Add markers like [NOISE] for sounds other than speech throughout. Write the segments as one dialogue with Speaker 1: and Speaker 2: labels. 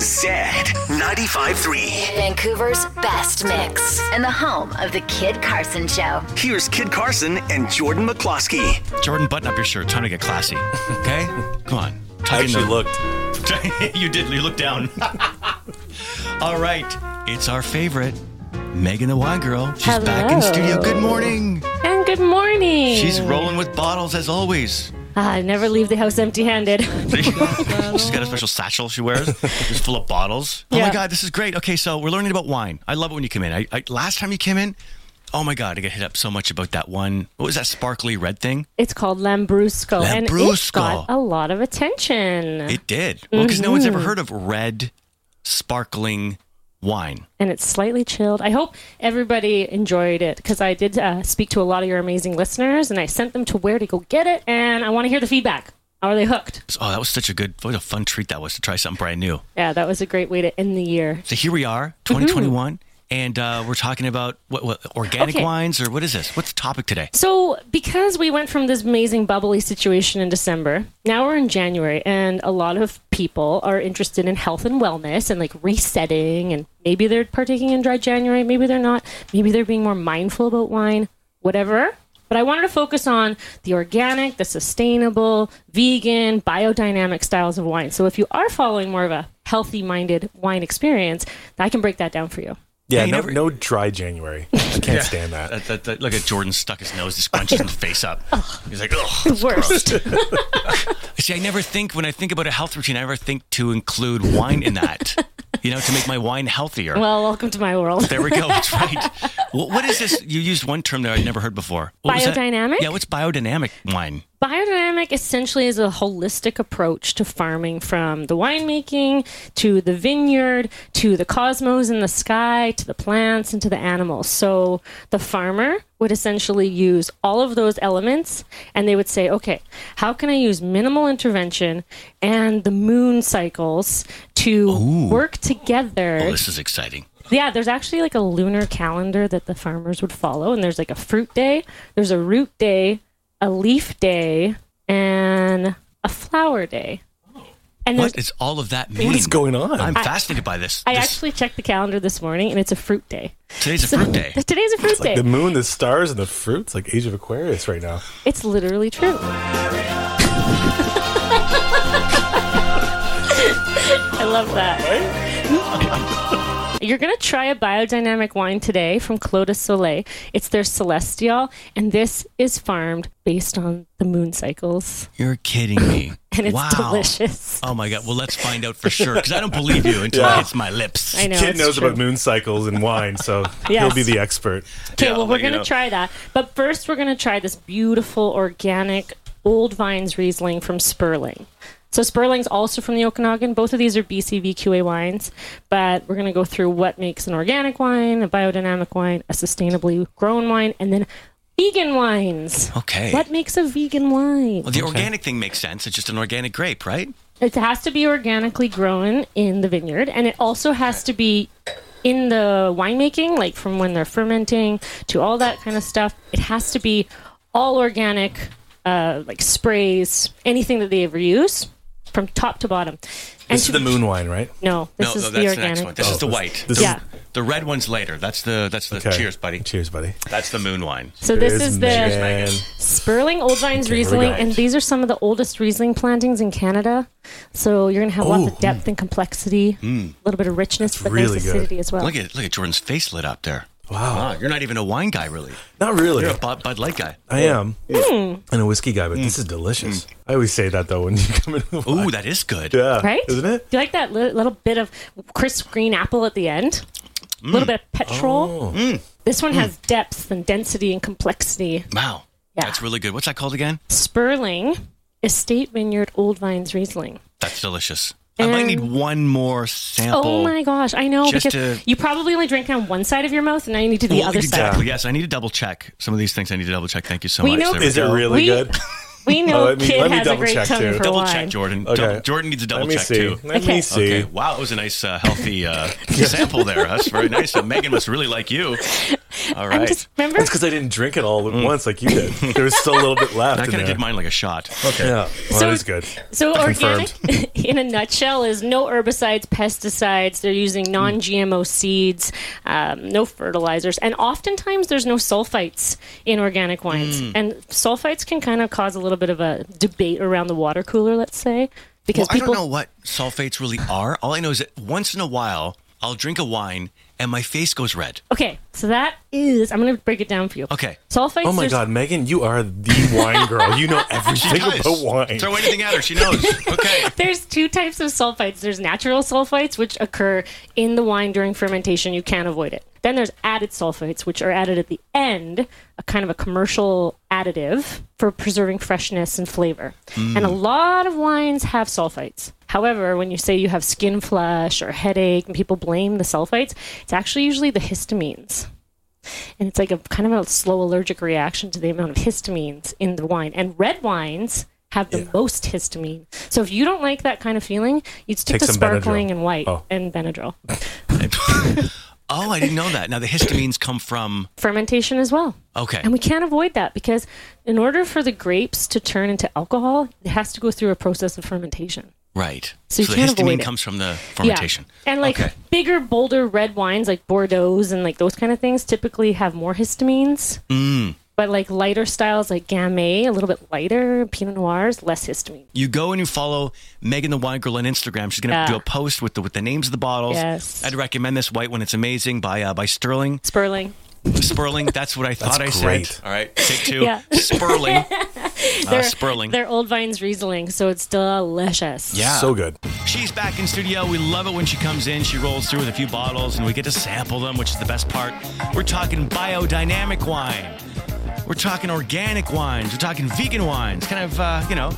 Speaker 1: Zed 95.3.
Speaker 2: Vancouver's best mix and the home of the Kid Carson Show.
Speaker 1: Here's Kid Carson and Jordan McCloskey.
Speaker 3: Jordan, button up your shirt. Time to get
Speaker 4: [LAUGHS]
Speaker 3: classy. Okay? Come on. Tuck
Speaker 4: I
Speaker 3: in the-
Speaker 4: actually looked.
Speaker 3: [LAUGHS] you did. You looked down. [LAUGHS] All right. It's our favorite, Megan the Wine Girl. She's back in
Speaker 5: Hello.
Speaker 3: studio. Good morning.
Speaker 5: And good morning.
Speaker 3: She's rolling with bottles as always.
Speaker 5: Ah, I never leave the house empty-handed.
Speaker 3: [LAUGHS]
Speaker 5: [LAUGHS]
Speaker 3: [LAUGHS] She's got a special satchel she wears. It's full of bottles. Oh my
Speaker 5: Yeah.
Speaker 3: God, this is great. Okay, so we're learning about wine. I love it when you come in. I, I Last time you came in, oh my God, I got hit up so much about that one. What was that sparkly red thing?
Speaker 5: it's called Lambrusco, and
Speaker 3: Lambrusco.
Speaker 5: it got a lot of attention.
Speaker 3: It did. Well, because no one's ever heard of red sparkling wine.
Speaker 5: and it's slightly chilled. I hope everybody enjoyed it because I did uh, speak to a lot of your amazing listeners, and I sent them to where to go get it, and I want to hear the feedback. Are they hooked?
Speaker 3: So- Oh, that was such a good, what a fun treat that was to try something brand new.
Speaker 5: Yeah, that was a great way to end the year.
Speaker 3: So here we are, 2021, and uh, we're talking about what, what organic
Speaker 5: Okay.
Speaker 3: wines or what is this? What's the topic today?
Speaker 5: So, because we went from this amazing bubbly situation in December, now we're in January, and a lot of people are interested in health and wellness and like resetting. And maybe they're partaking in dry January, maybe they're not, maybe they're being more mindful about wine, whatever. But I wanted to focus on the organic, the sustainable, vegan, biodynamic styles of wine. So, if you are following more of a healthy minded wine experience, I can break that down for you.
Speaker 3: Yeah,
Speaker 4: Yeah,
Speaker 3: you
Speaker 4: no,
Speaker 3: never-
Speaker 4: no dry January. I can't stand that.
Speaker 3: That, that, that, look at Jordan stuck his nose, just scrunches his face up. He's like, oh.
Speaker 5: Worst.
Speaker 3: See, I never think, when I think about a health routine, I never think to include wine in that, you know, to make my wine healthier.
Speaker 5: well, welcome to my world.
Speaker 3: there we go. That's right. Wh- what is this? You used one term there I'd never heard before. What was that?
Speaker 5: Biodynamic?
Speaker 3: Yeah, what's biodynamic wine?
Speaker 5: Biodynamic essentially is a holistic approach to farming from the winemaking to the vineyard to the cosmos in the sky to the plants and to the animals. So the farmer would essentially use all of those elements and they would say, okay, how can I use minimal intervention and the moon cycles to work together?
Speaker 3: Oh, this is exciting.
Speaker 5: Yeah, there's actually like a lunar calendar that the farmers would follow, and there's like a fruit day, there's a root day, a leaf day, and a flower day. And
Speaker 3: What
Speaker 5: there's,
Speaker 3: does all of that mean?
Speaker 4: What is going on?
Speaker 3: I'm fascinated by this.
Speaker 5: I
Speaker 3: This-
Speaker 5: actually checked the calendar this morning, and it's a fruit day.
Speaker 3: today's a fruit day.
Speaker 5: [LAUGHS] Today's a fruit day.
Speaker 4: the moon, the stars, and the fruits, like Age of Aquarius right now.
Speaker 5: It's literally true. I love that. You're going to try a biodynamic wine today from Clos de Soleil. It's their Celestial, and this is farmed based on the moon cycles.
Speaker 3: You're kidding me.
Speaker 5: [LAUGHS] And it's
Speaker 3: wow.
Speaker 5: delicious.
Speaker 3: Oh my god. Well, let's find out for sure because I don't believe you until it
Speaker 4: Yeah.
Speaker 3: hits my lips.
Speaker 5: I know.
Speaker 4: Kid
Speaker 5: it's
Speaker 4: knows
Speaker 5: true.
Speaker 4: about moon cycles and wine, so
Speaker 5: [LAUGHS] Yes.
Speaker 4: he'll be the expert.
Speaker 5: Okay,
Speaker 3: Yeah, I'll
Speaker 5: well, we're
Speaker 3: let you
Speaker 5: going to
Speaker 3: know.
Speaker 5: try that. But first, we're going to try this beautiful, organic, old vines Riesling from Sperling. So, Sperling's also from the Okanagan. Both of these are BC VQA wines, but we're going to go through what makes an organic wine, a biodynamic wine, a sustainably grown wine, and then vegan wines.
Speaker 3: Okay.
Speaker 5: What makes a vegan wine?
Speaker 3: Well, the organic thing makes sense. It's just an organic grape, right?
Speaker 5: It has to be organically grown in the vineyard, and it also has to be in the winemaking, like from when they're fermenting to all that kind of stuff. It has to be all organic, uh, like sprays, anything that they ever use, from top to bottom. And
Speaker 4: This is
Speaker 5: to-
Speaker 4: the moon wine, right?
Speaker 5: No, this is the
Speaker 3: the next one.
Speaker 5: organic.
Speaker 3: This is the
Speaker 4: Oh, this-
Speaker 3: white.
Speaker 4: this
Speaker 3: The-
Speaker 5: Yeah.
Speaker 3: The red one's later. That's the that's the
Speaker 4: Okay.
Speaker 3: cheers, buddy.
Speaker 4: Cheers, buddy.
Speaker 3: That's the moon wine.
Speaker 5: So this is the
Speaker 4: Cheers, man.
Speaker 5: Sperling Old Vines
Speaker 4: Okay, here we
Speaker 5: Riesling,
Speaker 4: go.
Speaker 5: and these are some of the oldest Riesling plantings in Canada. So you're gonna have lots
Speaker 4: Ooh.
Speaker 5: of depth and complexity, a little bit of richness, but
Speaker 4: really
Speaker 5: nice
Speaker 4: good.
Speaker 5: acidity as well.
Speaker 3: Look at look at Jordan's face lit up there.
Speaker 4: Wow.
Speaker 3: Wow, you're not even a wine guy, really.
Speaker 4: Not really.
Speaker 3: You're a Bud, Bud Light guy.
Speaker 4: I am.
Speaker 5: Hmm.
Speaker 4: And a whiskey guy, but this
Speaker 3: Mm.
Speaker 4: is delicious. I always say that, though, when you come in. with wine.
Speaker 3: Ooh, that is good.
Speaker 4: [LAUGHS] Yeah.
Speaker 5: right?
Speaker 4: Isn't it?
Speaker 5: Do you like that li- little bit of crisp green apple at the end? A
Speaker 4: Mm.
Speaker 5: little bit of
Speaker 4: Oh.
Speaker 5: petrol. This one has depth and density and complexity.
Speaker 3: Wow.
Speaker 5: Yeah.
Speaker 3: That's really good. What's that called again?
Speaker 5: Sperling Estate Vineyard Old Vines Riesling.
Speaker 3: That's delicious. I might need one more sample.
Speaker 5: Oh my gosh, I know
Speaker 3: Just
Speaker 5: because
Speaker 3: to-
Speaker 5: you probably only drank on one side of your mouth, and now you need to the
Speaker 3: Well,
Speaker 5: other
Speaker 3: exactly.
Speaker 5: side.
Speaker 3: Yes, I need to double check some of these things. I need to double check. Thank you so
Speaker 5: We
Speaker 3: much.
Speaker 5: know-
Speaker 3: There we
Speaker 4: Is it
Speaker 3: go.
Speaker 4: really
Speaker 5: We-
Speaker 4: good?
Speaker 5: [LAUGHS]
Speaker 4: Oh,
Speaker 5: We know
Speaker 4: let me-
Speaker 5: Kid
Speaker 4: let me
Speaker 5: has a
Speaker 4: double
Speaker 5: great
Speaker 4: check,
Speaker 5: tongue
Speaker 4: too.
Speaker 5: for
Speaker 3: Double
Speaker 5: wine.
Speaker 3: check, Jordan.
Speaker 4: Okay.
Speaker 3: Double- Jordan needs a double
Speaker 4: Let me
Speaker 3: check
Speaker 4: see.
Speaker 3: too.
Speaker 4: Let
Speaker 5: Okay.
Speaker 4: me see.
Speaker 5: [LAUGHS]
Speaker 3: Okay. Wow, that was a nice, uh, healthy uh, sample there. That's very nice. So Megan must really like you. All
Speaker 5: I'm
Speaker 3: right.
Speaker 5: just remember
Speaker 4: That's because I didn't drink it
Speaker 3: Mm.
Speaker 4: all at once like you did. There was still a little
Speaker 3: [LAUGHS]
Speaker 4: bit left.
Speaker 3: I
Speaker 4: in
Speaker 3: kind of
Speaker 4: there.
Speaker 3: did mine like a shot.
Speaker 4: Okay. Yeah. Well,
Speaker 5: So-
Speaker 4: that is good.
Speaker 5: So
Speaker 4: Confirmed.
Speaker 5: organic, [LAUGHS] in a nutshell, is no herbicides, pesticides. They're
Speaker 3: Hmm.
Speaker 5: using non-GMO seeds, um, no fertilizers, and oftentimes there's no sulfites in organic wines.
Speaker 3: Hmm.
Speaker 5: And sulfites can kind of cause a little bit of a debate around the water cooler, let's say, because
Speaker 3: Well, I
Speaker 5: people.
Speaker 3: don't know what sulfates really are. All I know is that once in a while, I'll drink a wine and my face goes red.
Speaker 5: Okay, so that is. I'm going to break it down for you.
Speaker 3: Okay.
Speaker 5: Sulfites.
Speaker 4: Oh my
Speaker 5: there's-
Speaker 4: God, Megan, you are the wine girl.
Speaker 5: [LAUGHS]
Speaker 4: You know everything about wine.
Speaker 3: Throw anything at her, she knows. Okay.
Speaker 5: There's two types of sulfites. There's natural sulfites, which occur in the wine during fermentation. You can't avoid it. Then there's added sulfites, which are added at the end, a kind of a commercial additive for preserving freshness and flavor. And a lot of wines have sulfites. However, when you say you have skin flush or headache and people blame the sulfites, it's actually usually the histamines. And it's like a kind of a slow allergic reaction to the amount of histamines in the wine. And red wines have the most histamine. So if you don't like that kind of feeling, you'd stick
Speaker 4: Take
Speaker 5: to
Speaker 4: some
Speaker 5: sparkling
Speaker 4: Benadryl.
Speaker 5: and white
Speaker 4: Oh.
Speaker 5: and Benadryl. [LAUGHS]
Speaker 3: Oh, I didn't know that. Now the histamines come from
Speaker 5: Fermentation as well.
Speaker 3: okay.
Speaker 5: And we can't avoid that because in order for the grapes to turn into alcohol, it has to go through a process of fermentation.
Speaker 3: right.
Speaker 5: So you
Speaker 3: the
Speaker 5: can't avoid
Speaker 3: histamine
Speaker 5: it.
Speaker 3: comes from the fermentation.
Speaker 5: Yeah. And like
Speaker 3: Okay.
Speaker 5: bigger, bolder red wines like Bordeaux's and like those kind of things typically have more histamines. Mm. But like lighter styles like Gamay, a little bit lighter, Pinot Noirs, less histamine.
Speaker 3: You go and you follow Megan the Wine Girl on Instagram. She's gonna
Speaker 5: Yeah.
Speaker 3: do a post with the with the names of the bottles.
Speaker 5: Yes.
Speaker 3: I'd recommend this white one. It's amazing by uh, by Sterling
Speaker 5: Sperling.
Speaker 3: Sperling. That's what I thought I
Speaker 4: great.
Speaker 3: said. All right, take two. [LAUGHS]
Speaker 5: Yeah. [LAUGHS]
Speaker 3: Sperling. uh, Sperling.
Speaker 5: They're old vines Riesling, so it's delicious.
Speaker 3: Yeah.
Speaker 4: So good.
Speaker 3: She's back in studio. We love it when she comes in. She rolls through with a few bottles and we get to sample them, which is the best part. We're talking biodynamic wine. We're talking organic wines. We're talking vegan wines. Kind of, uh, you know,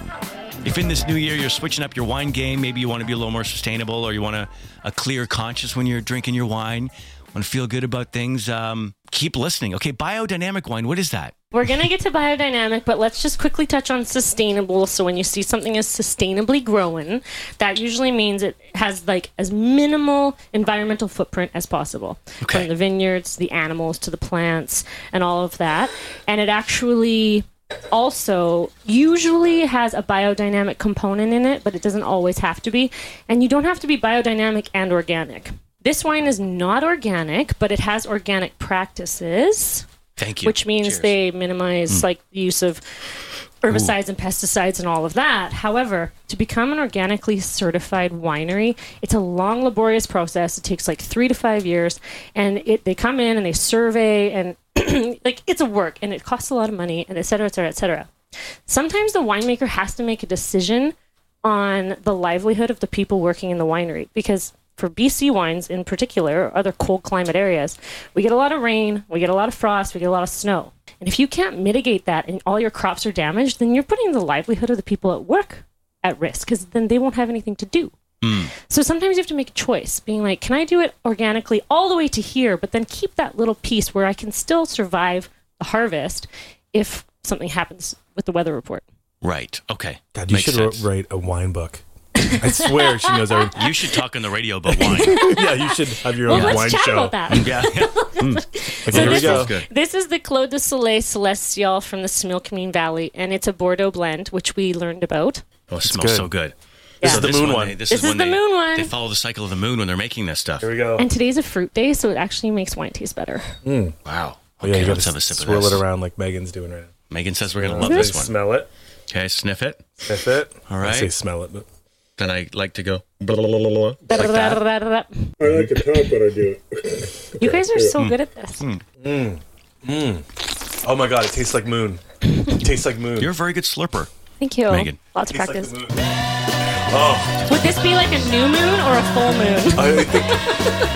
Speaker 3: if in this new year you're switching up your wine game, maybe you want to be a little more sustainable or you want a, a clear conscience when you're drinking your wine, want to feel good about things, um, keep listening. Okay, biodynamic wine, what is that?
Speaker 5: We're going to get to biodynamic, but let's just quickly touch on sustainable. So, when you see something is sustainably growing, that usually means it has like as minimal environmental footprint as possible.
Speaker 3: Okay.
Speaker 5: From the vineyards, to the animals, to the plants, and all of that. And it actually also usually has a biodynamic component in it, but it doesn't always have to be. And you don't have to be biodynamic and organic. This wine is not organic, but it has organic practices
Speaker 3: Thank you.
Speaker 5: which means
Speaker 3: Cheers. Mm.
Speaker 5: they minimize like the use of herbicides and pesticides and all of that. However, to become an organically certified winery, it's a long, laborious process. It takes like three to five years, and it they come in and they survey and [CLEARS THROAT] like it's a work and it costs a lot of money and et cetera, et cetera, et cetera. Sometimes the winemaker has to make a decision on the livelihood of the people working in the winery because for BC wines in particular, or other cold climate areas, we get a lot of rain, we get a lot of frost, we get a lot of snow. And if you can't mitigate that and all your crops are damaged, then you're putting the livelihood of the people at work at risk because then they won't have anything to do. So sometimes you have to make a choice, being like, can I do it organically all the way to here, but then keep that little piece where I can still survive the harvest if something happens with the weather report?
Speaker 3: Right. Okay.
Speaker 4: God, you
Speaker 3: Makes
Speaker 4: should
Speaker 3: sense.
Speaker 4: write a wine book. [LAUGHS] I swear she knows everything. [LAUGHS]
Speaker 3: You should talk on the radio about wine.
Speaker 4: yeah, you should have your own
Speaker 5: Well,
Speaker 4: wine
Speaker 5: let's chat
Speaker 4: show. Hmm.
Speaker 5: about
Speaker 4: [LAUGHS]
Speaker 5: that. [LAUGHS]
Speaker 3: yeah.
Speaker 4: Okay, here we
Speaker 5: this
Speaker 4: go.
Speaker 5: is- This is the Clos de Soleil Celestial from the Similkameen Valley, and it's a Bordeaux blend, which we learned about.
Speaker 3: Oh, it smells
Speaker 4: good.
Speaker 3: so good.
Speaker 5: This
Speaker 4: is the moon one.
Speaker 3: they-
Speaker 5: This is
Speaker 3: when
Speaker 5: the
Speaker 3: they-
Speaker 5: moon one.
Speaker 3: They follow the cycle of the moon when they're making this stuff.
Speaker 4: Here we go.
Speaker 5: And today's a fruit day, so it actually makes wine taste better.
Speaker 3: Wow.
Speaker 4: Oh, yeah,
Speaker 3: Okay,
Speaker 4: you
Speaker 3: let's
Speaker 4: gotta
Speaker 3: have a sip
Speaker 4: swirl
Speaker 3: of this.
Speaker 4: it around like Megan's doing right now.
Speaker 3: Megan says we're gonna love this one.
Speaker 4: Smell it.
Speaker 3: Okay, sniff it.
Speaker 4: Sniff it.
Speaker 3: All
Speaker 4: I
Speaker 3: right.
Speaker 4: say smell it, but
Speaker 3: Then I like to go. blah, blah, blah, blah, blah, Like that.
Speaker 6: I like to talk when I do it.
Speaker 5: You guys are so good at this.
Speaker 4: oh my god, it tastes like moon. It tastes like moon.
Speaker 3: You're a very good slurper.
Speaker 5: Thank you.
Speaker 3: Megan.
Speaker 5: Lots of
Speaker 4: It tastes like
Speaker 5: practice.
Speaker 4: the moon.
Speaker 5: Would this be like a new moon or a [LAUGHS] full moon?
Speaker 4: I think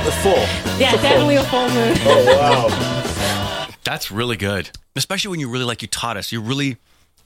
Speaker 4: the full.
Speaker 5: yeah, definitely a full moon.
Speaker 6: Oh,
Speaker 3: That's really good, especially when you really like you taught us. You really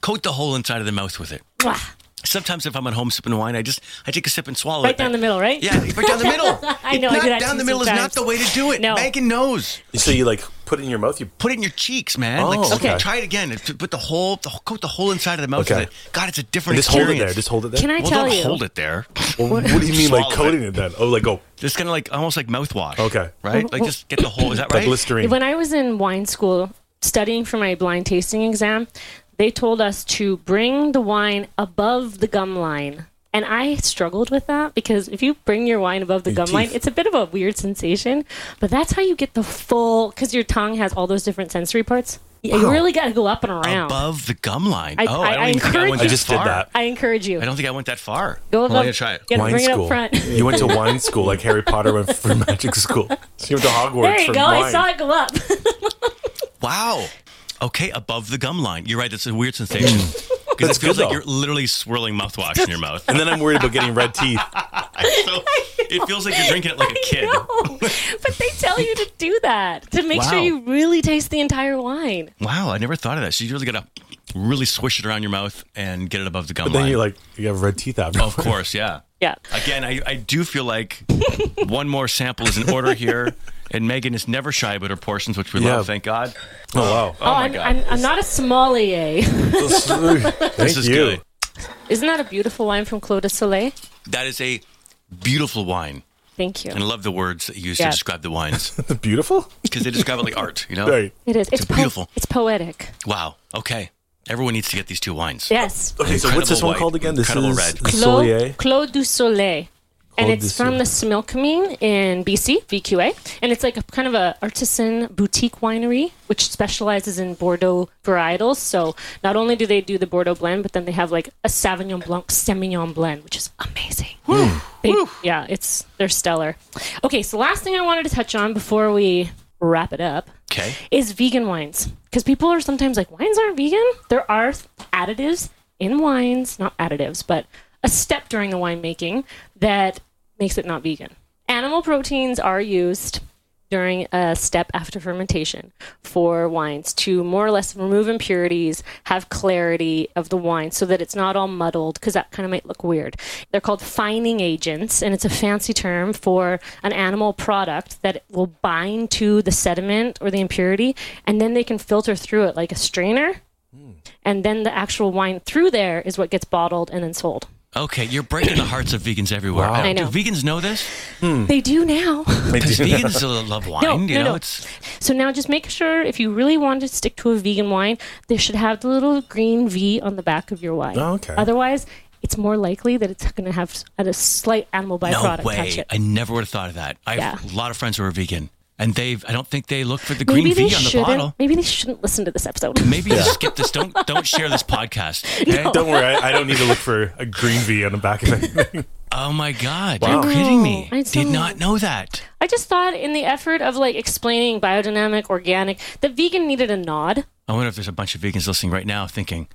Speaker 3: coat the whole inside of the mouth with it.
Speaker 5: Mwah.
Speaker 3: Sometimes if I'm at home sipping wine, I just I take a sip and swallow
Speaker 5: Right
Speaker 3: it.
Speaker 5: down the middle, right?
Speaker 3: Yeah, right down the middle.
Speaker 5: [LAUGHS] I know, I
Speaker 3: Not
Speaker 5: do that
Speaker 3: down
Speaker 5: too
Speaker 3: the middle
Speaker 5: sometimes.
Speaker 3: is not the way to do it.
Speaker 5: No.
Speaker 3: Megan knows.
Speaker 4: So you like put it in your mouth. You
Speaker 3: Put it in your cheeks, man. like,
Speaker 4: Oh,
Speaker 3: okay.
Speaker 4: okay.
Speaker 3: Try it again. It- Put the whole, the, whole- coat the whole inside of the mouth
Speaker 4: Okay.
Speaker 3: in it. God, it's a different
Speaker 4: and just hold
Speaker 3: experience.
Speaker 4: it there. Just hold it there.
Speaker 5: Can I
Speaker 3: well,
Speaker 5: tell
Speaker 3: don't
Speaker 5: you?
Speaker 3: hold it there.
Speaker 4: Well, what do you mean, like
Speaker 3: Swallow
Speaker 4: coating it. then? Oh, like oh,
Speaker 3: Just kind of like almost like mouthwash.
Speaker 4: Okay.
Speaker 3: Right. Like just get the whole. Is that
Speaker 4: like
Speaker 3: right?
Speaker 4: Listerine.
Speaker 5: When I was in wine school studying for my blind tasting exam, they told us to bring the wine above the gum line. And I struggled with that because if you bring your wine above the
Speaker 4: Your
Speaker 5: gum line,
Speaker 4: teeth.
Speaker 5: it's a bit of a weird sensation. But that's how you get the full, because your tongue has all those different sensory parts. You you really got to go up and around.
Speaker 3: Above the gum line.
Speaker 5: I-
Speaker 3: oh,
Speaker 5: I-
Speaker 3: I, don't
Speaker 5: I
Speaker 3: even think I went
Speaker 5: encourage you-
Speaker 3: that
Speaker 4: I just did
Speaker 3: far.
Speaker 4: that.
Speaker 5: I encourage you.
Speaker 3: I don't think I went that far.
Speaker 5: Go
Speaker 3: I'm
Speaker 5: above.
Speaker 3: gonna try it.
Speaker 5: You got to
Speaker 4: wine
Speaker 5: bring it
Speaker 4: school.
Speaker 5: up front.
Speaker 4: you
Speaker 5: [LAUGHS]
Speaker 4: went to wine school, like Harry Potter went for [LAUGHS] magic school. She went to Hogwarts.
Speaker 5: There you
Speaker 4: for
Speaker 5: go.
Speaker 4: Wine.
Speaker 5: I saw it go up. [LAUGHS]
Speaker 3: Wow. Okay, above the gum line. You're right. That's a weird sensation. Because
Speaker 4: Mm. That's
Speaker 3: it feels
Speaker 4: good,
Speaker 3: like
Speaker 4: though.
Speaker 3: you're literally swirling mouthwash in your
Speaker 5: [LAUGHS]
Speaker 3: mouth.
Speaker 4: And then I'm worried about getting red teeth. [LAUGHS]
Speaker 3: So it feels like you're drinking it like a kid.
Speaker 5: No. but they tell you to do that to make sure
Speaker 3: Wow.
Speaker 5: you really taste the entire wine.
Speaker 3: Wow, I never thought of that. So you really gotta really swish it around your mouth and get it above the gum
Speaker 4: Then
Speaker 3: line.
Speaker 4: you're like, you have red teeth after.
Speaker 3: of course, yeah.
Speaker 5: Yeah.
Speaker 3: Again, I, I do feel
Speaker 4: [LAUGHS]
Speaker 3: like one more sample is in order here. And Megan is never shy about her portions, which we
Speaker 4: Yeah.
Speaker 3: love, thank God.
Speaker 4: [LAUGHS] Oh wow. [LAUGHS]
Speaker 3: Oh, my
Speaker 5: I'm,
Speaker 3: God.
Speaker 5: I'm, I'm not a sommelier.
Speaker 4: Thank
Speaker 3: this is
Speaker 4: you.
Speaker 3: good.
Speaker 5: Isn't that a beautiful wine from Clos de Soleil?
Speaker 3: That is a beautiful wine.
Speaker 5: Thank you.
Speaker 3: And I love the words that you used
Speaker 5: Yeah.
Speaker 3: to describe the
Speaker 5: [LAUGHS]
Speaker 3: wines
Speaker 4: Beautiful.
Speaker 3: because they describe it like art, you know?
Speaker 4: Right.
Speaker 5: It is. It's, po-
Speaker 3: beautiful.
Speaker 5: It's poetic.
Speaker 3: Wow. Okay. Everyone needs to get these two wines.
Speaker 5: Yes.
Speaker 4: Okay, so what's this
Speaker 3: Incredible
Speaker 4: one
Speaker 3: white,
Speaker 4: called again? This
Speaker 3: incredible
Speaker 4: is
Speaker 3: red.
Speaker 4: the
Speaker 5: Clos,
Speaker 4: Solier.
Speaker 5: Clos du Soleil. And
Speaker 4: Clos du
Speaker 5: it's from the Similkameen in BC, VQA. And it's like a kind of a artisan boutique winery, which specializes in Bordeaux varietals. So not only do they do the Bordeaux blend, but then they have like a Sauvignon Blanc Semignon blend, which is amazing. They- yeah, it's they're stellar. Okay, so last thing I wanted to touch on before we wrap it up
Speaker 3: Okay.
Speaker 5: is vegan wines because people are sometimes like wines aren't vegan there are additives in wines not additives but a step during the winemaking that makes it not vegan animal proteins are used during a step after fermentation for wines to more or less remove impurities have clarity of the wine so that it's not all muddled because that kind of might look weird they're called fining agents and it's a fancy term for an animal product that will bind to the sediment or the impurity and then they can filter through it like a strainer and then the actual wine through there is what gets bottled and then sold
Speaker 3: Okay. You're breaking the hearts of vegans everywhere.
Speaker 4: Wow.
Speaker 5: I know.
Speaker 3: Do vegans know this?
Speaker 5: they do now
Speaker 3: Because vegans still love wine.
Speaker 5: No,
Speaker 3: you
Speaker 5: no,
Speaker 3: know,
Speaker 5: no.
Speaker 3: it's
Speaker 5: So now just make sure if you really want to stick to a vegan wine, they should have the little green V on the back of your wine.
Speaker 4: Oh, okay.
Speaker 5: Otherwise, it's more likely that it's going to have s- a slight animal
Speaker 3: no
Speaker 5: byproduct touch
Speaker 3: way.
Speaker 5: it.
Speaker 3: I never would have thought of that. I have a lot of friends who are vegan, and they've I don't think they look for the green
Speaker 5: maybe they
Speaker 3: V on the
Speaker 5: shouldn't.
Speaker 3: bottle.
Speaker 5: Maybe they shouldn't listen to this episode.
Speaker 3: Maybe just skip this. Don't don't share this
Speaker 5: [LAUGHS]
Speaker 3: podcast. okay?
Speaker 4: Don't worry, I, I don't need to look for a green V on the back of anything.
Speaker 3: Oh my god!
Speaker 4: Wow.
Speaker 3: You're kidding me.
Speaker 5: I know, I
Speaker 3: Did
Speaker 5: don't-
Speaker 3: not know that.
Speaker 5: I just thought, in the effort of like explaining biodynamic, organic, that vegan needed a nod.
Speaker 3: I wonder if there's a bunch of vegans listening right now thinking,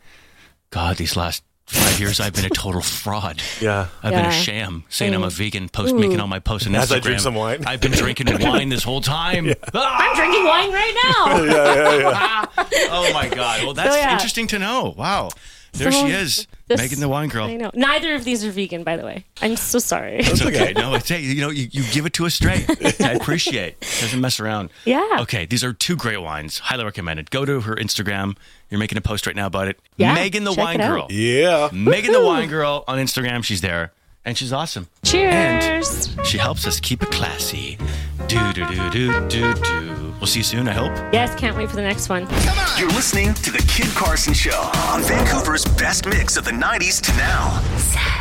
Speaker 3: God, these last five years I've been a total fraud.
Speaker 4: [LAUGHS] Yeah. [LAUGHS]
Speaker 3: I've been a
Speaker 5: Yeah. Mm.
Speaker 3: sham, saying I'm a vegan, post making all my posts on Instagram.
Speaker 4: As I drink some wine.
Speaker 3: I've been drinking
Speaker 4: [LAUGHS]
Speaker 3: wine this whole time. Ah!
Speaker 5: I'm drinking
Speaker 3: [LAUGHS]
Speaker 5: wine right now.
Speaker 3: Oh my God! Well, that's
Speaker 5: yeah.
Speaker 3: interesting to know. Wow, there
Speaker 5: So,
Speaker 3: she is,
Speaker 5: this-
Speaker 3: Megan the wine girl.
Speaker 5: I know. Neither of these are vegan, by the way. I'm so sorry.
Speaker 3: It's okay. No, it's hey, you know, you, you give it to us straight.
Speaker 5: [LAUGHS]
Speaker 3: I appreciate. Doesn't mess around.
Speaker 5: Yeah.
Speaker 3: Okay, these are two great wines. Highly recommended. Go to her Instagram. You're making a post right now about it.
Speaker 5: Yeah,
Speaker 3: Megan the
Speaker 5: check
Speaker 3: Wine
Speaker 5: it out.
Speaker 3: Girl.
Speaker 4: Yeah.
Speaker 3: Megan the
Speaker 5: Woohoo.
Speaker 3: Wine Girl on Instagram. She's there, and she's awesome. And
Speaker 5: Cheers.
Speaker 3: she helps us keep it classy. Do do do do do do. We'll see you soon. I hope.
Speaker 5: Yes, can't wait for the next one.
Speaker 1: You're listening to The Kid Carson Show on Vancouver's best mix of the 90s to now.
Speaker 2: Zach.